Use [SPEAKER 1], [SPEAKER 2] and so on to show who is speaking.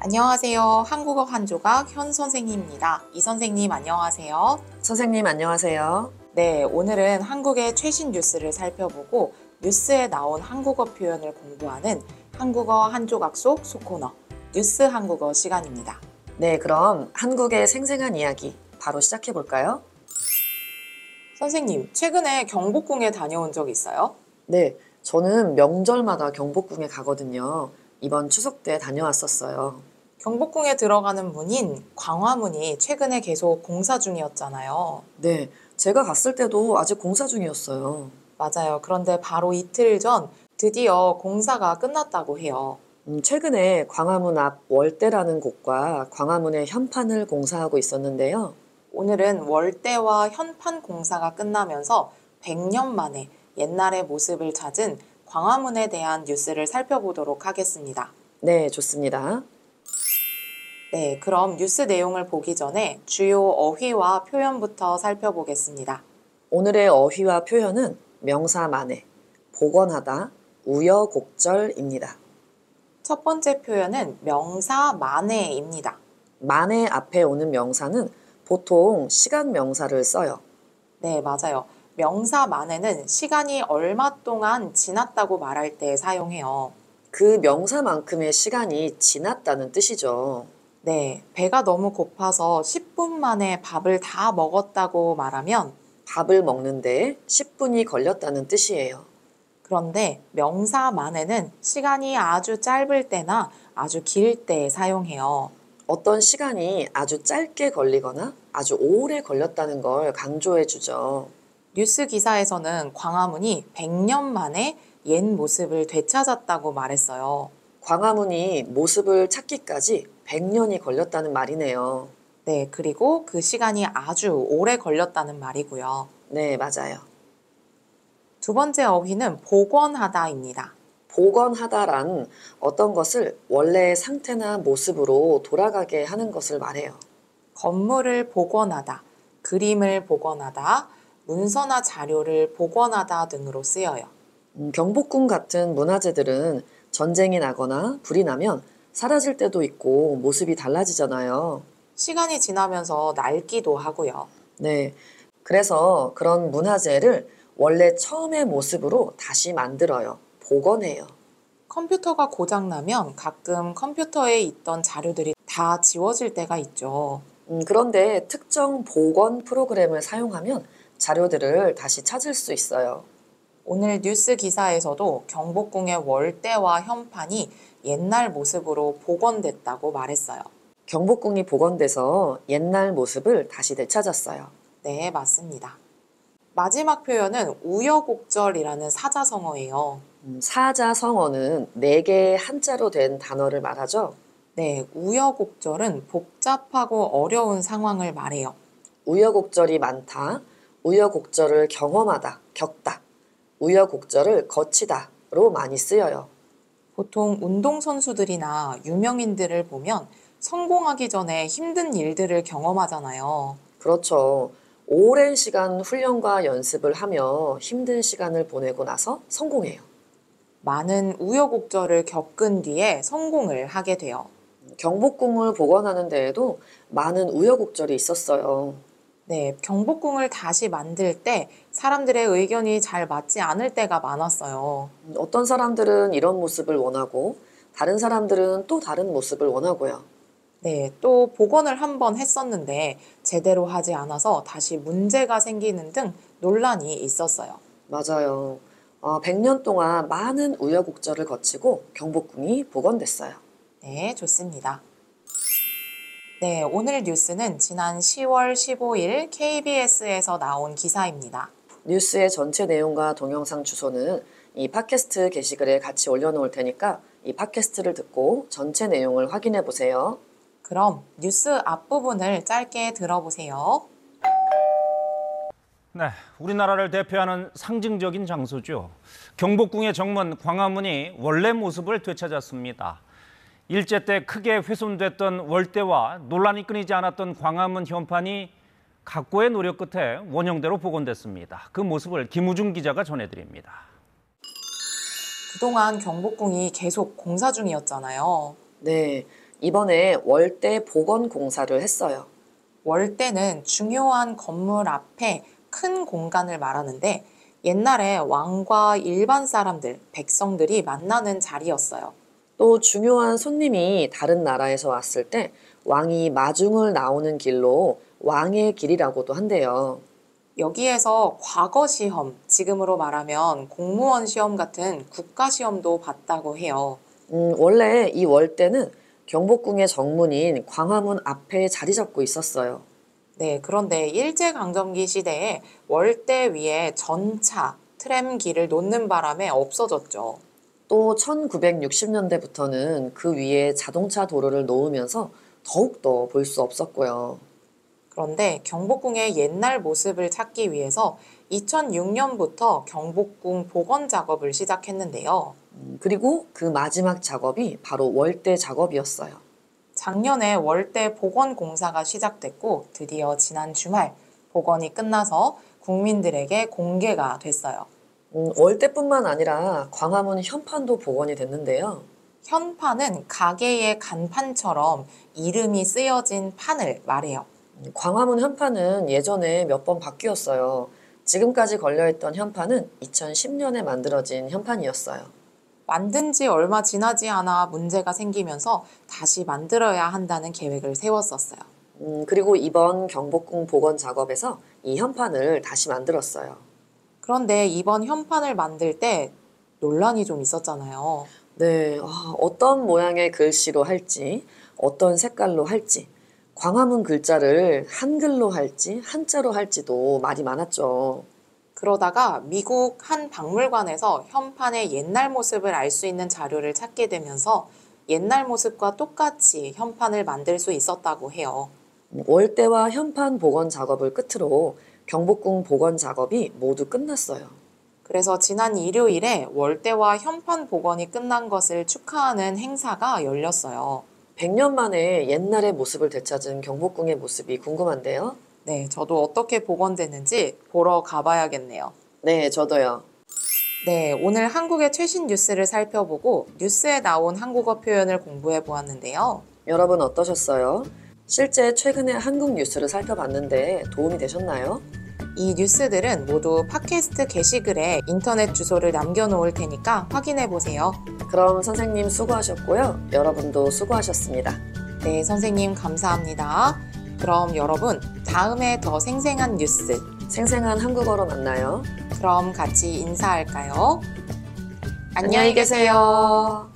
[SPEAKER 1] 안녕하세요. 한국어 한 조각 현 선생님입니다. 이 선생님 안녕하세요.
[SPEAKER 2] 선생님 안녕하세요.
[SPEAKER 1] 네, 오늘은 한국의 최신 뉴스를 살펴보고 뉴스에 나온 한국어 표현을 공부하는 한국어 한 조각 속 소코너 뉴스 한국어 시간입니다.
[SPEAKER 2] 네, 그럼 한국의 생생한 이야기 바로 시작해 볼까요?
[SPEAKER 1] 선생님, 최근에 경복궁에 다녀온 적 있어요?
[SPEAKER 2] 네, 저는 명절마다 경복궁에 가거든요. 이번 추석 때 다녀왔었어요.
[SPEAKER 1] 경복궁에 들어가는 문인 광화문이 최근에 계속 공사 중이었잖아요.
[SPEAKER 2] 네, 제가 갔을 때도 아직 공사 중이었어요.
[SPEAKER 1] 맞아요. 그런데 바로 이틀 전 드디어 공사가 끝났다고 해요.
[SPEAKER 2] 음, 최근에 광화문 앞 월대라는 곳과 광화문의 현판을 공사하고 있었는데요.
[SPEAKER 1] 오늘은 월대와 현판 공사가 끝나면서 100년 만에 옛날의 모습을 찾은 광화문에 대한 뉴스를 살펴보도록 하겠습니다.
[SPEAKER 2] 네, 좋습니다.
[SPEAKER 1] 네, 그럼 뉴스 내용을 보기 전에 주요 어휘와 표현부터 살펴보겠습니다.
[SPEAKER 2] 오늘의 어휘와 표현은 명사만의 복원하다, 우여곡절입니다.
[SPEAKER 1] 첫 번째 표현은 명사 만에입니다.
[SPEAKER 2] 만에 앞에 오는 명사는 보통 시간 명사를 써요.
[SPEAKER 1] 네, 맞아요. 명사 만에는 시간이 얼마 동안 지났다고 말할 때 사용해요.
[SPEAKER 2] 그 명사만큼의 시간이 지났다는 뜻이죠.
[SPEAKER 1] 네, 배가 너무 고파서 10분 만에 밥을 다 먹었다고 말하면
[SPEAKER 2] 밥을 먹는데 10분이 걸렸다는 뜻이에요.
[SPEAKER 1] 그런데 명사만에는 시간이 아주 짧을 때나 아주 길 때 사용해요.
[SPEAKER 2] 어떤 시간이 아주 짧게 걸리거나 아주 오래 걸렸다는 걸 강조해 주죠.
[SPEAKER 1] 뉴스 기사에서는 광화문이 100년 만에 옛 모습을 되찾았다고 말했어요.
[SPEAKER 2] 광화문이 모습을 찾기까지 100년이 걸렸다는 말이네요.
[SPEAKER 1] 네, 그리고 그 시간이 아주 오래 걸렸다는 말이고요.
[SPEAKER 2] 네, 맞아요.
[SPEAKER 1] 두 번째 어휘는 복원하다입니다.
[SPEAKER 2] 복원하다란 어떤 것을 원래의 상태나 모습으로 돌아가게 하는 것을 말해요.
[SPEAKER 1] 건물을 복원하다, 그림을 복원하다, 문서나 자료를 복원하다 등으로 쓰여요.
[SPEAKER 2] 음, 경복궁 같은 문화재들은 전쟁이 나거나 불이 나면 사라질 때도 있고 모습이 달라지잖아요.
[SPEAKER 1] 시간이 지나면서 낡기도 하고요.
[SPEAKER 2] 네. 그래서 그런 문화재를 원래 처음의 모습으로 다시 만들어요. 복원해요.
[SPEAKER 1] 컴퓨터가 고장나면 가끔 컴퓨터에 있던 자료들이 다 지워질 때가 있죠.
[SPEAKER 2] 음, 그런데 특정 복원 프로그램을 사용하면 자료들을 다시 찾을 수 있어요.
[SPEAKER 1] 오늘 뉴스 기사에서도 경복궁의 월대와 현판이 옛날 모습으로 복원됐다고 말했어요.
[SPEAKER 2] 경복궁이 복원돼서 옛날 모습을 다시 되찾았어요.
[SPEAKER 1] 네, 맞습니다. 마지막 표현은 우여곡절이라는 사자성어예요.
[SPEAKER 2] 음, 사자성어는 네개의 한자로 된 단어를 말하죠.
[SPEAKER 1] 네, 우여곡절은 복잡하고 어려운 상황을 말해요.
[SPEAKER 2] 우여곡절이 많다, 우여곡절을 경험하다, 겪다, 우여곡절을 거치다로 많이 쓰여요.
[SPEAKER 1] 보통 운동선수들이나 유명인들을 보면 성공하기 전에 힘든 일들을 경험하잖아요.
[SPEAKER 2] 그렇죠. 오랜 시간 훈련과 연습을 하며 힘든 시간을 보내고 나서 성공해요.
[SPEAKER 1] 많은 우여곡절을 겪은 뒤에 성공을 하게 돼요.
[SPEAKER 2] 경복궁을 복원하는 데에도 많은 우여곡절이 있었어요.
[SPEAKER 1] 네, 경복궁을 다시 만들 때 사람들의 의견이 잘 맞지 않을 때가 많았어요.
[SPEAKER 2] 음, 어떤 사람들은 이런 모습을 원하고, 다른 사람들은 또 다른 모습을 원하고요.
[SPEAKER 1] 네, 또 복원을 한 번 했었는데 제대로 하지 않아서 다시 문제가 생기는 등 논란이 있었어요.
[SPEAKER 2] 맞아요. 아, 100년 동안 많은 우여곡절을 거치고 경복궁이 복원됐어요.
[SPEAKER 1] 네, 좋습니다. 네, 오늘 뉴스는 지난 10월 15일 KBS에서 나온 기사입니다.
[SPEAKER 2] 뉴스의 전체 내용과 동영상 주소는 이 팟캐스트 게시글에 같이 올려놓을 테니까 이 팟캐스트를 듣고 전체 내용을 확인해 보세요.
[SPEAKER 1] 그럼 뉴스 앞부분을 짧게 들어보세요.
[SPEAKER 3] 네, 우리나라를 대표하는 상징적인 장소죠. 경복궁의 정문 광화문이 원래 모습을 되찾았습니다. 일제 때 크게 훼손됐던 월대와 논란이 끊이지 않았던 광화문 현판이 각고의 노력 끝에 원형대로 복원됐습니다. 그 모습을 김우중 기자가 전해드립니다.
[SPEAKER 1] 그동안 경복궁이 계속 공사 중이었잖아요.
[SPEAKER 2] 네. 이번에 월대 보건공사를 했어요.
[SPEAKER 1] 월대는 중요한 건물 앞에 큰 공간을 말하는데 옛날에 왕과 일반 사람들, 백성들이 만나는 자리였어요.
[SPEAKER 2] 또 중요한 손님이 다른 나라에서 왔을 때 왕이 마중을 나오는 길로 왕의 길이라고도 한대요.
[SPEAKER 1] 여기에서 과거 시험, 지금으로 말하면 공무원 시험 같은 국가 시험도 봤다고 해요.
[SPEAKER 2] 음, 원래 이 월대는 경복궁의 정문인 광화문 앞에 자리 잡고 있었어요.
[SPEAKER 1] 네, 그런데 일제강점기 시대에 월대 위에 전차, 트램길을 놓는 바람에 없어졌죠.
[SPEAKER 2] 또 1960년대부터는 그 위에 자동차 도로를 놓으면서 더욱더 볼 수 없었고요.
[SPEAKER 1] 그런데 경복궁의 옛날 모습을 찾기 위해서 2006년부터 경복궁 복원 작업을 시작했는데요.
[SPEAKER 2] 음, 그리고 그 마지막 작업이 바로 월대 작업이었어요.
[SPEAKER 1] 작년에 월대 복원 공사가 시작됐고 드디어 지난 주말 복원이 끝나서 국민들에게 공개가 됐어요.
[SPEAKER 2] 음, 월대뿐만 아니라 광화문 현판도 복원이 됐는데요.
[SPEAKER 1] 현판은 가게의 간판처럼 이름이 쓰여진 판을 말해요.
[SPEAKER 2] 음, 광화문 현판은 예전에 몇 번 바뀌었어요. 지금까지 걸려있던 현판은 2010년에 만들어진 현판이었어요.
[SPEAKER 1] 만든 지 얼마 지나지 않아 문제가 생기면서 다시 만들어야 한다는 계획을 세웠었어요.
[SPEAKER 2] 음, 그리고 이번 경복궁 복원 작업에서 이 현판을 다시 만들었어요.
[SPEAKER 1] 그런데 이번 현판을 만들 때 논란이 좀 있었잖아요.
[SPEAKER 2] 네, 아, 어떤 모양의 글씨로 할지, 어떤 색깔로 할지, 광화문 글자를 한글로 할지, 한자로 할지도 말이 많았죠.
[SPEAKER 1] 그러다가 미국 한 박물관에서 현판의 옛날 모습을 알 수 있는 자료를 찾게 되면서 옛날 모습과 똑같이 현판을 만들 수 있었다고 해요.
[SPEAKER 2] 음, 월대와 현판 복원 작업을 끝으로 경복궁 복원 작업이 모두 끝났어요.
[SPEAKER 1] 그래서 지난 일요일에 월대와 현판 복원이 끝난 것을 축하하는 행사가 열렸어요.
[SPEAKER 2] 100년 만에 옛날의 모습을 되찾은 경복궁의 모습이 궁금한데요.
[SPEAKER 1] 네, 저도 어떻게 복원됐는지 보러 가봐야겠네요.
[SPEAKER 2] 네, 저도요.
[SPEAKER 1] 네, 오늘 한국의 최신 뉴스를 살펴보고 뉴스에 나온 한국어 표현을 공부해 보았는데요.
[SPEAKER 2] 여러분 어떠셨어요? 실제 최근에 한국 뉴스를 살펴봤는데 도움이 되셨나요?
[SPEAKER 1] 이 뉴스들은 모두 팟캐스트 게시글에 인터넷 주소를 남겨놓을 테니까 확인해 보세요.
[SPEAKER 2] 그럼 선생님 수고하셨고요. 여러분도 수고하셨습니다.
[SPEAKER 1] 네, 선생님 감사합니다. 그럼 여러분, 다음에 더 생생한 뉴스,
[SPEAKER 2] 생생한 한국어로 만나요.
[SPEAKER 1] 그럼 같이 인사할까요? 안녕히 계세요.